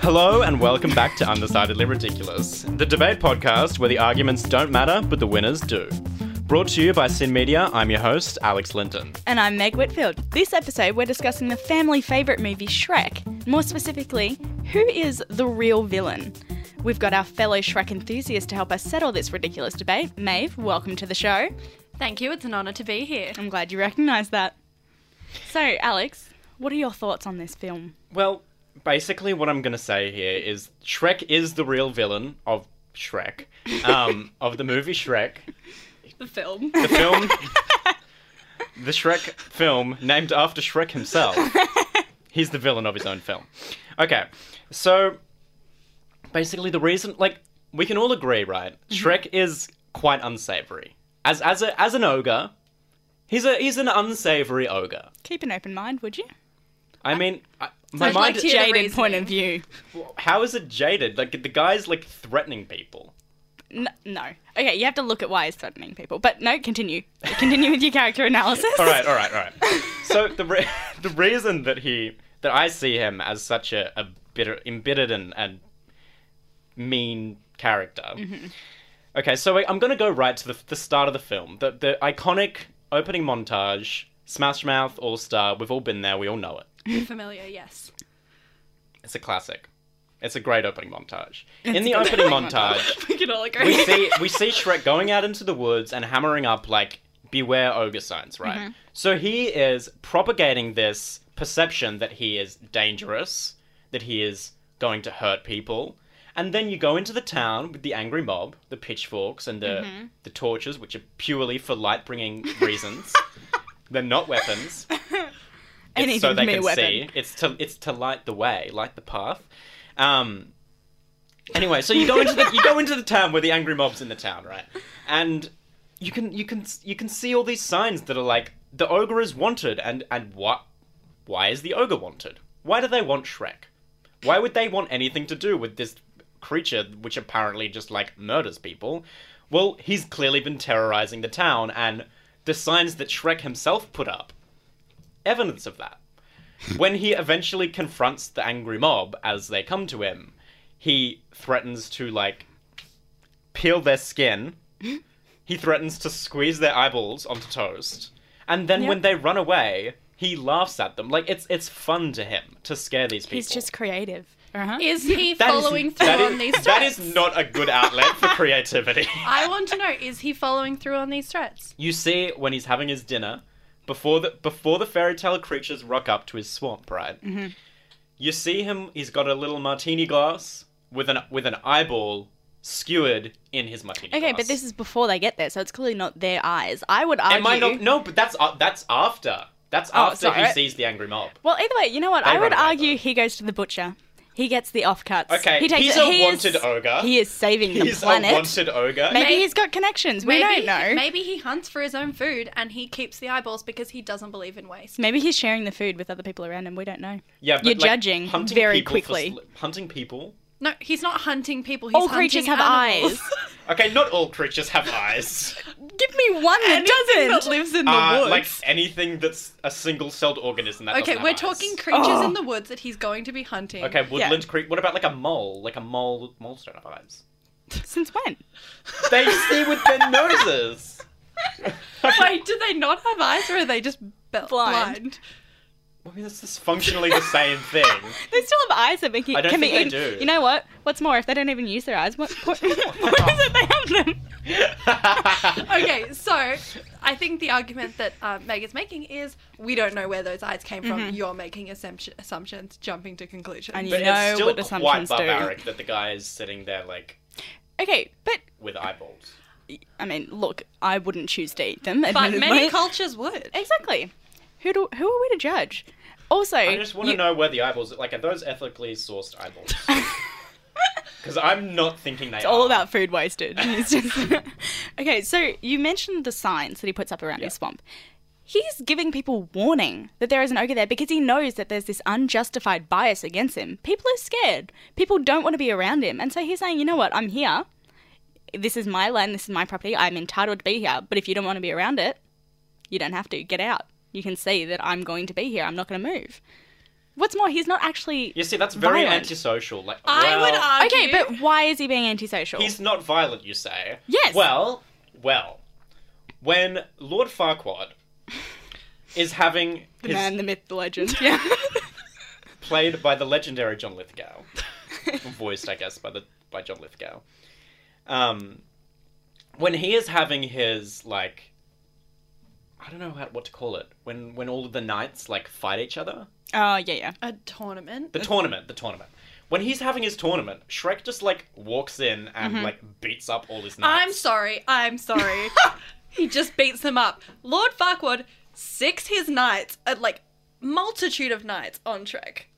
Hello and welcome back to Undecidedly Ridiculous, the debate podcast where the arguments don't matter but the winners do. Brought to you by Sin Media, I'm your host, Alex Linton. And I'm Meg Whitfield. This episode, we're discussing the family favourite movie Shrek. More specifically, who is the real villain? We've got our fellow Shrek enthusiast to help us settle this ridiculous debate. Maeve, welcome to the show. Thank you. It's an honour to be here. I'm glad you recognise that. So, Alex, what are your thoughts on this film? Well, basically, what I'm going to say here is Shrek is the real villain of Shrek, um, of the movie Shrek, The film. the film, the Shrek film named after Shrek himself. He's the villain of his own film. Okay, so basically, the reason, like, we can all agree, right? Mm-hmm. Shrek is quite unsavory. As as a as an ogre, he's a he's an unsavory ogre. Keep an open mind, would you? I mean, I, my mind. I'd like to hear the Jaded reasoning. point of view. How is it jaded? Like the guy's like threatening people. N- no. Okay, you have to look at why he's threatening people. But no, continue. Continue with your character analysis. All right, all right, all right. so the re- the reason that he that I see him as such a, a bitter, embittered and, and mean character. Mm-hmm. Okay, so I- I'm gonna go right to the, the start of the film. The the iconic opening montage, Smash Mouth All Star. We've all been there. We all know it. Familiar, yes. It's a classic. It's a great opening montage. In It's the a good opening opening montage, We can all agree. we see we see Shrek going out into the woods and hammering up like beware ogre signs, right? So he is propagating this perception that he is dangerous, that he is going to hurt people. And then you go into the town with the angry mob, the pitchforks and the the torches which are purely for light bringing reasons. They're not weapons. It's Anything so they can be a can weapon. see. It's to it's to light the way, light the path. Um, anyway, so you go into the you go into the town where the angry mob's in the town, right? And you can you can you can see all these signs that are like the ogre is wanted, and and what? Why is the ogre wanted? Why do they want Shrek? Why would they want anything to do with this creature, which apparently just like murders people? Well, he's clearly been terrorizing the town, and the signs that Shrek himself put up evidence of that. when he eventually confronts the angry mob as they come to him, he threatens to like peel their skin. he threatens to squeeze their eyeballs onto toast, and then when they run away, he laughs at them. Like it's it's fun to him to scare these people. He's just creative. Uh-huh. Is he That is- following that through is- on these threats? That is not a good outlet for creativity. I want to know, is he following through on these threats? You see when he's having his dinner, before the before the fairy tale creatures rock up to his swamp, right? Mm-hmm. You see him. He's got a little martini glass with an with an eyeball skewered in his martini. Okay, glass. but this is before they get there, so it's clearly not their eyes. I would argue. It might not. No, but that's uh, that's after. That's Oh, after he sorry. sees the angry mob. Well, either way, you know what? They I run would away, argue though. he goes to the butcher. He gets the offcuts. Okay, he takes he's it. a he wanted is, ogre. He is saving the He's planet. a wanted ogre. maybe May- he's got connections. Maybe, we don't know. Maybe. Maybe he hunts for his own food and he keeps the eyeballs because he doesn't believe in waste. he's sharing the food with other people around him. We don't know. yeah, but you're like, judging hunting very people for quickly. sl- hunting people. No, he's not hunting people. He's All creatures have hunting animals. eyes. Okay, not all creatures have eyes. Give me one that Anything that doesn't. lives in the uh, woods. like anything that's a single-celled organism. That okay, doesn't have we're eyes. talking creatures Oh. in the woods that he's going to be hunting. Okay, woodland creep. What about like a mole? Like a mole, moles don't have eyes. Since when? They see with their noses. Wait, do they not have eyes or are they just be- Blind. blind? I mean, that's just functionally the same thing. They still have eyes that make you, I don't can think be they eaten. do. You know what? What's more, if they don't even use their eyes, what, what, what is it they have them? okay, so I think the argument that um, Meg is making is we don't know where those eyes came from. You're making assumption- assumptions, jumping to conclusions. Mm-hmm. And you- But know it's still what quite assumptions do. barbaric that the guy is sitting there like Okay, but with eyeballs. I mean, look, I wouldn't choose to eat them. but many admittedly. cultures would. Exactly. Who do, who are we to judge? Also, I just want to you- know where the eyeballs like are those ethically sourced eyeballs? Because I'm not thinking they It's all about food wasted. It's just- okay, so you mentioned the signs that he puts up around his swamp. He's giving people warning that there is an ogre there because he knows that there's this unjustified bias against him. People are scared. People don't want to be around him. And so he's saying, you know what, I'm here. This is my land. This is my property. I'm entitled to be here. But if you don't want to be around it, you don't have to. Get out. You can see that I'm going to be here. I'm not going to move. What's more, he's not actually. You see, that's very Violent. antisocial. Like, I would well, argue. Okay, but why is he being antisocial? He's not violent, you say? Yes. Well, well, when Lord Farquaad is having the his man, the myth, the legend. Yeah. played by the legendary John Lithgow, voiced, I guess, by the by John Lithgow. Um, when he is having his like, I don't know how, what to call it. When when all of the knights like fight each other, oh yeah, yeah. a tournament. the tournament, the tournament. When he's having his tournament, Shrek just like walks in and Mm-hmm. like beats up all his knights. I'm sorry. I'm sorry. he just beats them up. Lord Farquaad six his knights at like multitude of knights on Trek.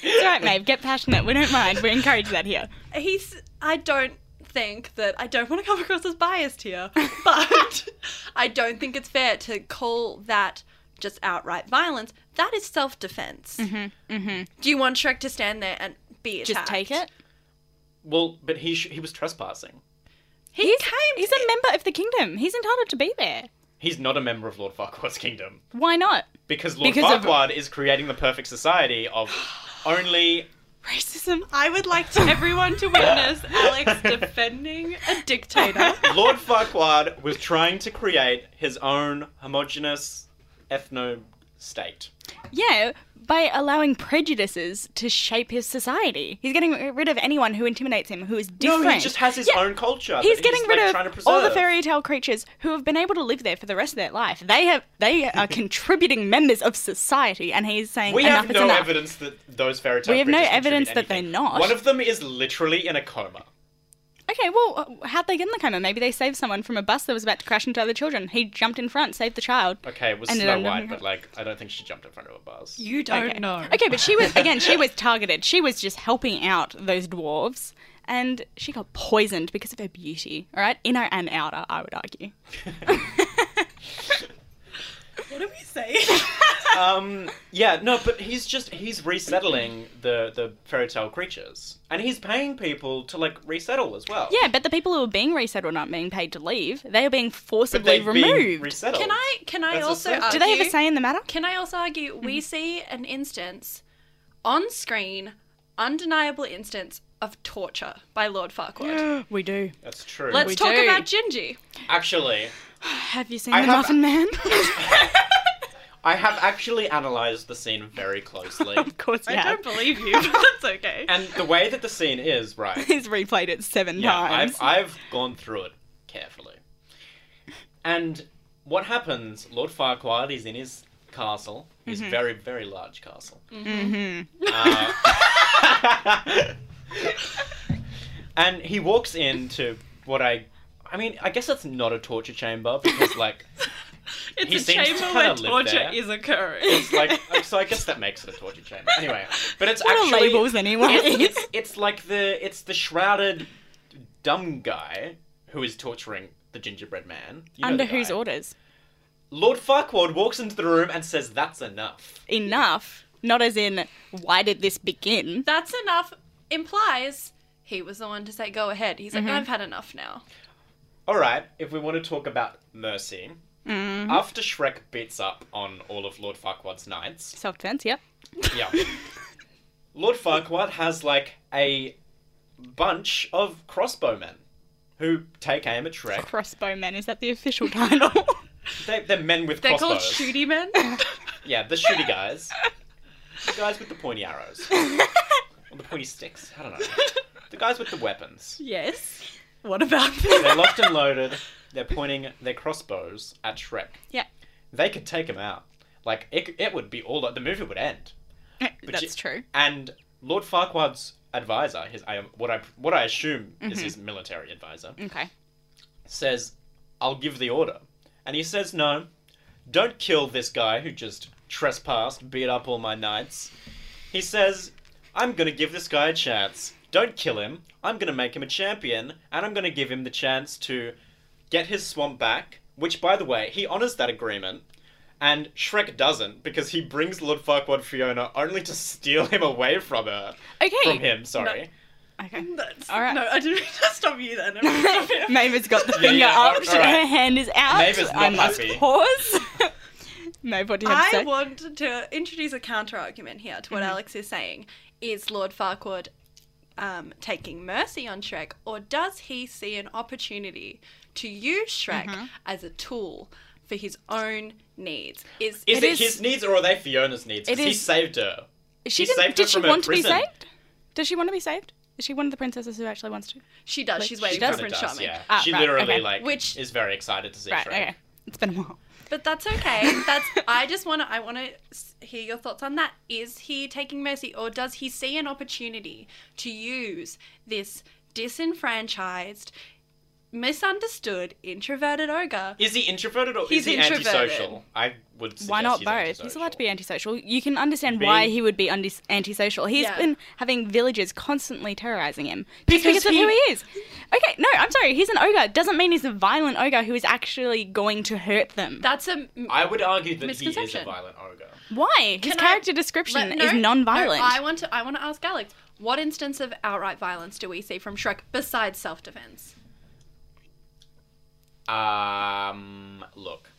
It's all right, Maeve. Get passionate. We don't mind. We encourage that here. He's. I don't think that I don't want to come across as biased here, but I don't think it's fair to call that just outright violence. That is self defense. Mm-hmm. Mm-hmm. Do you want Shrek to stand there and be Just attacked? take it. Well, but he sh- he was trespassing. He he's, came. He's a member of the kingdom. He's entitled to be there. He's not a member of Lord Farquaad's kingdom Why not? because Lord Because of- Farquaad is creating the perfect society of only Racism. I would like to everyone to witness Alex defending a dictator. Lord Farquaad was trying to create his own homogenous ethno state. Yeah, by allowing prejudices to shape his society. He's getting rid of anyone who intimidates him, who is different. No, he just has his Yeah. own culture. He's that getting he's, rid like, of trying to preserve. all the fairy tale creatures who have been able to live there for the rest of their life. They have they are contributing members of society, and he's saying We enough have is no enough. evidence that those fairy tale We have no creatures contribute evidence that they're anything. not. One of them is literally in a coma. Okay, well, uh, how'd they get in the coma? Maybe they saved someone from a bus that was about to crash into other children. He jumped in front, saved the child. Okay, it was And it Snow ended up White, in- but like I don't think she jumped in front of a bus. You don't okay. Okay, but she was again. She was targeted. She was just helping out those dwarves, and she got poisoned because of her beauty. All right, inner and outer, I would argue. What do we say? um, yeah, no, but he's just he's resettling the the fairy tale creatures, and he's paying people to like resettle as well. Yeah, but the people who are being resettled aren't being paid to leave. They are being but forcibly they've been removed. resettled. Can I can I That's a also sentence. Do argue, they have a Mm-hmm. say in the matter? Can I also argue we see an instance on screen, undeniable instance of torture by Lord Farquaad. we do. That's true. Let's We talk do. about Gingy. Actually, Have you seen I the have- Muffin Man? I have actually analysed the scene very closely. of course, you have. believe you, but that's okay. and the way that the scene is, right? He's replayed it seven Yeah, times. I've, I've gone through it carefully. And what happens, Lord Farquaad is in his castle, his very, very large castle. Mm-hmm. Uh, and he walks into what I. I mean, I guess that's not a torture chamber because, like, It's He a seems to chamber kinda where live torture there. is occurring. it's like. So I guess that makes it a torture chamber. Anyway, but it's what are actually. labels anyway? it's, it's it's like the it's the shrouded dumb guy who is torturing the gingerbread man. You know Under the whose guy. orders? Lord Farquaad walks into the room and says, "That's enough." Enough. Not as in, why did this begin? That's enough implies he was the one to say go ahead. He's like, I've had enough now. All right, if we want to talk about mercy, Mm. after Shrek beats up on all of Lord Farquaad's knights, Self defense, yep. yeah, Lord Farquaad has like a bunch of crossbowmen who take aim at Shrek. Crossbowmen, is that the official title? They, they're men with They're crossbows. called shooty men. Yeah, the shooty guys. the guys with the pointy arrows. or the pointy sticks. I don't know. The guys with the weapons. yes. What about They're them? locked and loaded. They're pointing their crossbows at Shrek. Yeah. They could take him out. Like, it, it would be all... The movie would end. That's you- true. And Lord Farquaad's advisor, his I am what I what I assume Mm-hmm. is his military advisor, Okay. says, "I'll give the order," and he says, "No, don't kill this guy who just trespassed, beat up all my knights." He says, "I'm gonna give this guy a chance. Don't kill him. I'm gonna make him a champion, and I'm gonna give him the chance to get his swamp back." Which, by the way, he honors that agreement. And Shrek doesn't because he brings Lord Farquaad Fiona only to steal him away from her, Okay. from him. Sorry. Okay. That's, All right. No, I didn't mean to stop you then. I mean, stop it. Maeve has got the Yeah, finger yeah, up. all right. Her hand is out. Maeve is I not must happy. pause. No, what do you have to I say? want to introduce a counter argument here to what Alex is saying. Is Lord Farquaad um, taking mercy on Shrek, or does he see an opportunity to use Shrek as a tool for his own needs? Is, Is it, It is- his needs or are they Fiona's needs? It 'Cause he is- saved her. she She didn't, saved her did she from her want to be prison. saved? Does she want to be saved? Is she one of the princesses who actually wants to? she does? Like, She's she waiting does. for Kinda him to does, show me. yeah. Ah, she right, literally okay. like Which- is very excited to see Right, Shrek. okay. It's been a while. But that's okay. That's I just want to I want to hear your thoughts on that. Is he taking mercy or does he see an opportunity to use this disenfranchised, misunderstood, introverted ogre? Is he introverted or He's is he introverted. antisocial? I would suggest Why not he's both? antisocial. He's allowed to be antisocial. You can understand why Being- he would be undis- antisocial. He's Yeah. been having villagers constantly terrorizing him just Because because, he- of who he is. Okay, no, I'm sorry. He's an ogre. Doesn't mean he's a violent ogre who is actually going to hurt them. That's a I would argue that he is a Misconception. violent ogre. why? His Can I- character Let- description no, is non-violent. no, I want to I want to ask Alex, what instance of outright violence do we see from Shrek besides self-defense? Um, look.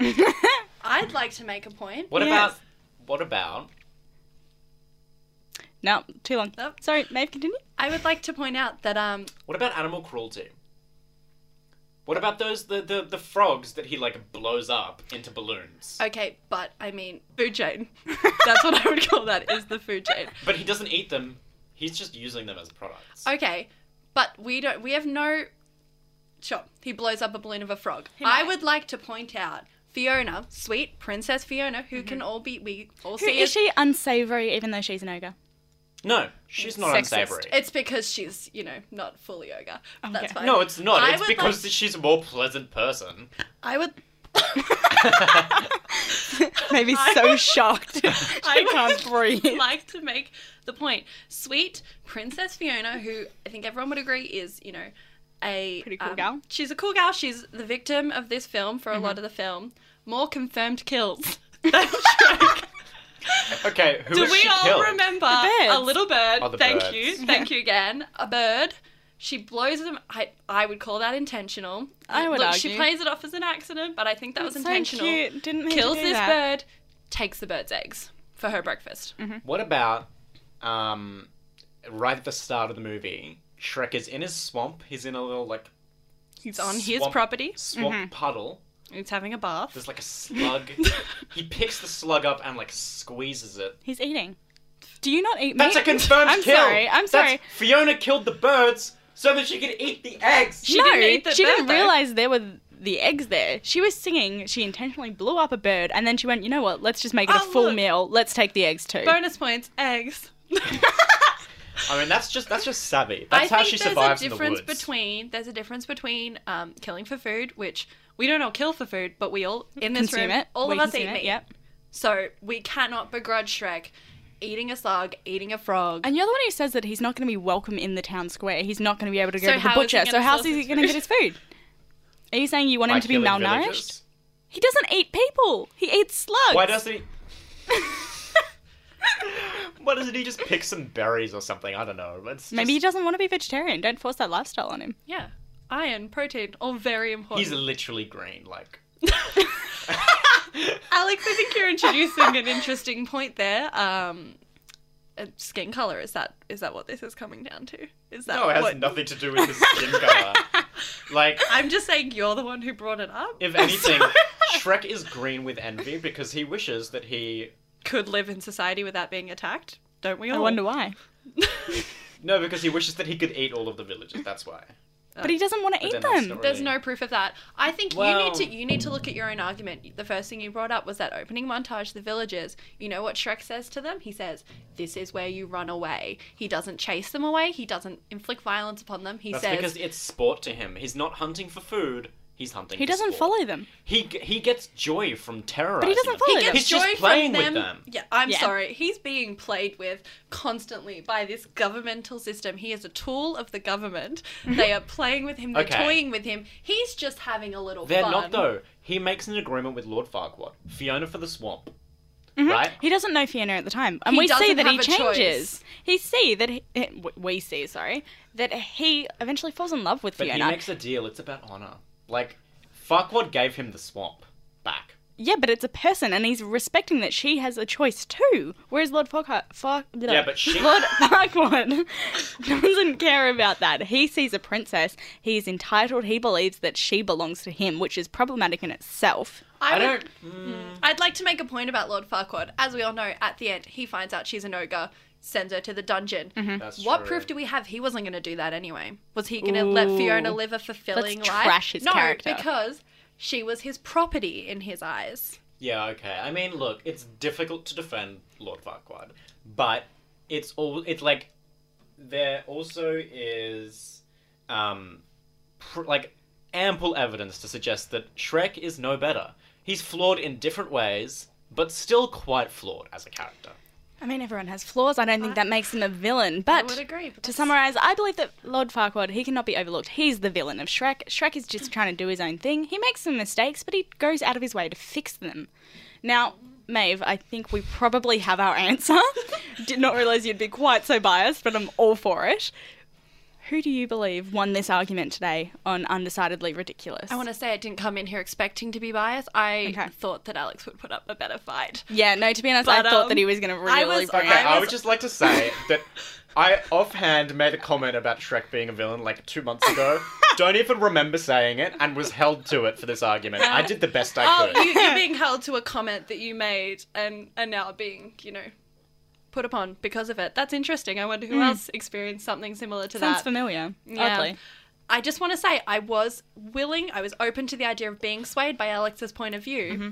I'd like to make a point. What Yes. about what about no, too long. Nope. Sorry, Maeve, continue. I would like to point out that um what about animal cruelty? What about those the, the, the frogs that he like blows up into Oh. balloons? okay, but I mean food chain. That's what I would call that is the food chain. But he doesn't eat them. He's just using them as products. Oh. Okay, but we don't. We have no. Sure, he blows up a balloon of a frog. might. I would like to point out Fiona, sweet Princess Fiona, who can all be we all Mm-hmm. Who, see. is Is she unsavory even though she's an ogre? No, she's not Sexist. unsavory. It's because she's you know not fully yoga. That's Okay. fine. no, it's not. I it's would because like- she's a more pleasant person. I would. Maybe so shocked she can't breathe. like to make the point. Sweet Princess Fiona, who I think everyone would agree is, you know, a um, Pretty cool gal. Mm-hmm. She's a cool gal. She's the victim of this film for a lot of the film. More confirmed kills than Shrek. Okay, who Do was we she all killed? remember birds. a little bird? Oh, the Thank birds. you, thank you again. A bird. She blows them. I I would call that intentional. I would Look, she argue. plays it off as an accident, but I think that was So intentional. cute. Didn't mean to Kills do this that. bird, takes the bird's eggs for her breakfast. What about um right at the start of the movie, Shrek is in his swamp, he's in a little like He's on his Swamp- property. Mm-hmm. swamp puddle. He's having a bath. There's like a slug. he picks the slug up and like squeezes it. He's eating. Do you not eat meat? That's a confirmed I'm kill. sorry. I'm That's- sorry. Fiona killed the birds so that she could eat the eggs. She no, didn't eat the she bird, didn't though. realize there were the eggs there. She was singing. She intentionally blew up a bird, and then she went, "You know what? Let's just make it Oh, a full look. meal. Let's take the eggs too." Bonus points, eggs. I mean, that's just that's just savvy. I That's how think she there's survives a in the difference woods. between there's a difference between um, killing for food, which we don't all kill for food, but we all in this Consume room it. all We of us eat consume it, meat. Yep. So we cannot begrudge Shrek eating a slug, eating a frog. And you're the one who says that he's not going to be welcome in the town square. He's not going to be able to go So to the how is he butcher. gonna So how's source he his going to get his food? Are you saying you want By him to be killing malnourished? villagers? He doesn't eat people. He eats slugs. Why doesn't he? Why doesn't he just pick some berries or something? I don't know. It's Maybe he just- doesn't want to be vegetarian. Don't force that lifestyle on him. yeah, iron, protein, all very important. he's literally green. Like Alex, I think you're introducing an interesting point there. Um, uh, skin color is that is that what this is coming down to? Is that no, oh, it has what- nothing to do with his skin color. like I'm just saying you're the one who brought it up. if anything, So- Shrek is green with envy because he wishes that he could live in society without being attacked. Don't we all? I wonder why. no because he wishes that he could eat all of the villagers. That's why. But he doesn't want to eat Uh, then that's them. not There's no proof of that. I think you Well- need to you need to look at your own argument. The first thing you brought up was that opening montage, the villagers. You know what Shrek says to them? He says, "This is where you run away." He doesn't chase them away. He doesn't inflict violence upon them. He That's says, because it's sport to him. He's not hunting for food. He's hunting. He for doesn't sport. follow them. He g- he gets joy from terrorizing. doesn't them. follow He them. gets He's joy just playing from with them. them. Yeah, I'm Yeah. sorry. He's being played with constantly by this governmental system. He is a tool of the government. they are playing with him. They're Okay. toying with him. He's just having a little They're fun. not though. He makes an agreement with Lord Farquaad. Fiona for the swamp. Mm-hmm. Right? He doesn't know Fiona at the time, and He we see doesn't that he have a choice. changes. He see that he, eh, w- we see, sorry, that he eventually falls in love with But he Fiona. makes a deal. It's about honor. Like Farquaad gave him the swamp back. Yeah, but it's a person, and he's respecting that she has a choice too. Whereas Lord Farquhar, Far- Yeah, but she- Lord Farquaad doesn't care about that. He sees a princess. He is entitled. He believes that she belongs to him, which is problematic in itself. I, I would- don't. I'd like to make a point about Lord Farquaad. As we all know, at the end, he finds out she's an ogre, sends her to the dungeon. That's What true. proof do we have he wasn't going to do that anyway? Was he going to let Fiona Ooh. live a fulfilling Let's life? trash his no, character. because she was his property in his eyes. Yeah, okay. I mean, look, it's difficult to defend Lord Farquaad, but it's all it's like there also is um pr- like ample evidence to suggest that Shrek is no better. He's flawed in different ways, but still quite flawed as a character. I mean, everyone has flaws. I don't think I- that makes him a villain, I would but. agree. but To that's- summarize, I believe that Lord Farquaad, he cannot be overlooked. He's the villain of Shrek. Shrek is just trying to do his own thing. He makes some mistakes, but he goes out of his way to fix them. Now, Maeve, I think we probably have our answer. Did not realize you'd be quite so biased, but I'm all for it. Who do you believe won this argument today on Undecidedly Ridiculous? I want to say I didn't come in here expecting to be biased. I Okay. thought that Alex would put up a better fight. Yeah, no, to be honest, I But, thought um, that he was going to really I was- bring Okay, it. I I was- would just like to say that I offhand made a comment about Shrek being a villain like two months ago. Don't even remember saying it, and was held to it for this argument. I did the best I Oh, could. you, you're being held to a comment that you made and are now being, you know, put upon because of it. That's interesting. I wonder who else experienced something similar to Sounds that. familiar, Yeah. oddly. I just want to say I was willing, I was open to the idea of being swayed by Alex's point of view, Mm-hmm.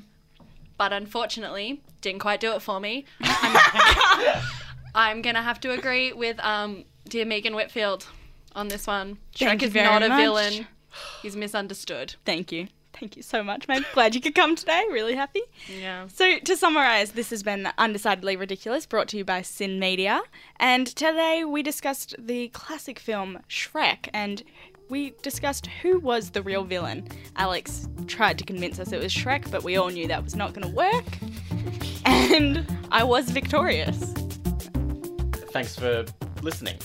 but unfortunately, didn't quite do it for me. I'm, I'm gonna have to agree with um, dear Megan Whitfield on this one. Thank Shrek you is very not a much. villain. He's misunderstood. Thank you. Thank you so much, Maeve. Glad you could come today. Really happy. Yeah. So, to summarise, this has been Undecidedly Ridiculous, brought to you by Sin Media. And today we discussed the classic film Shrek, and we discussed who was the real villain. Alex tried to convince us it was Shrek, but we all knew that was not going to work. And I was victorious. Thanks for listening.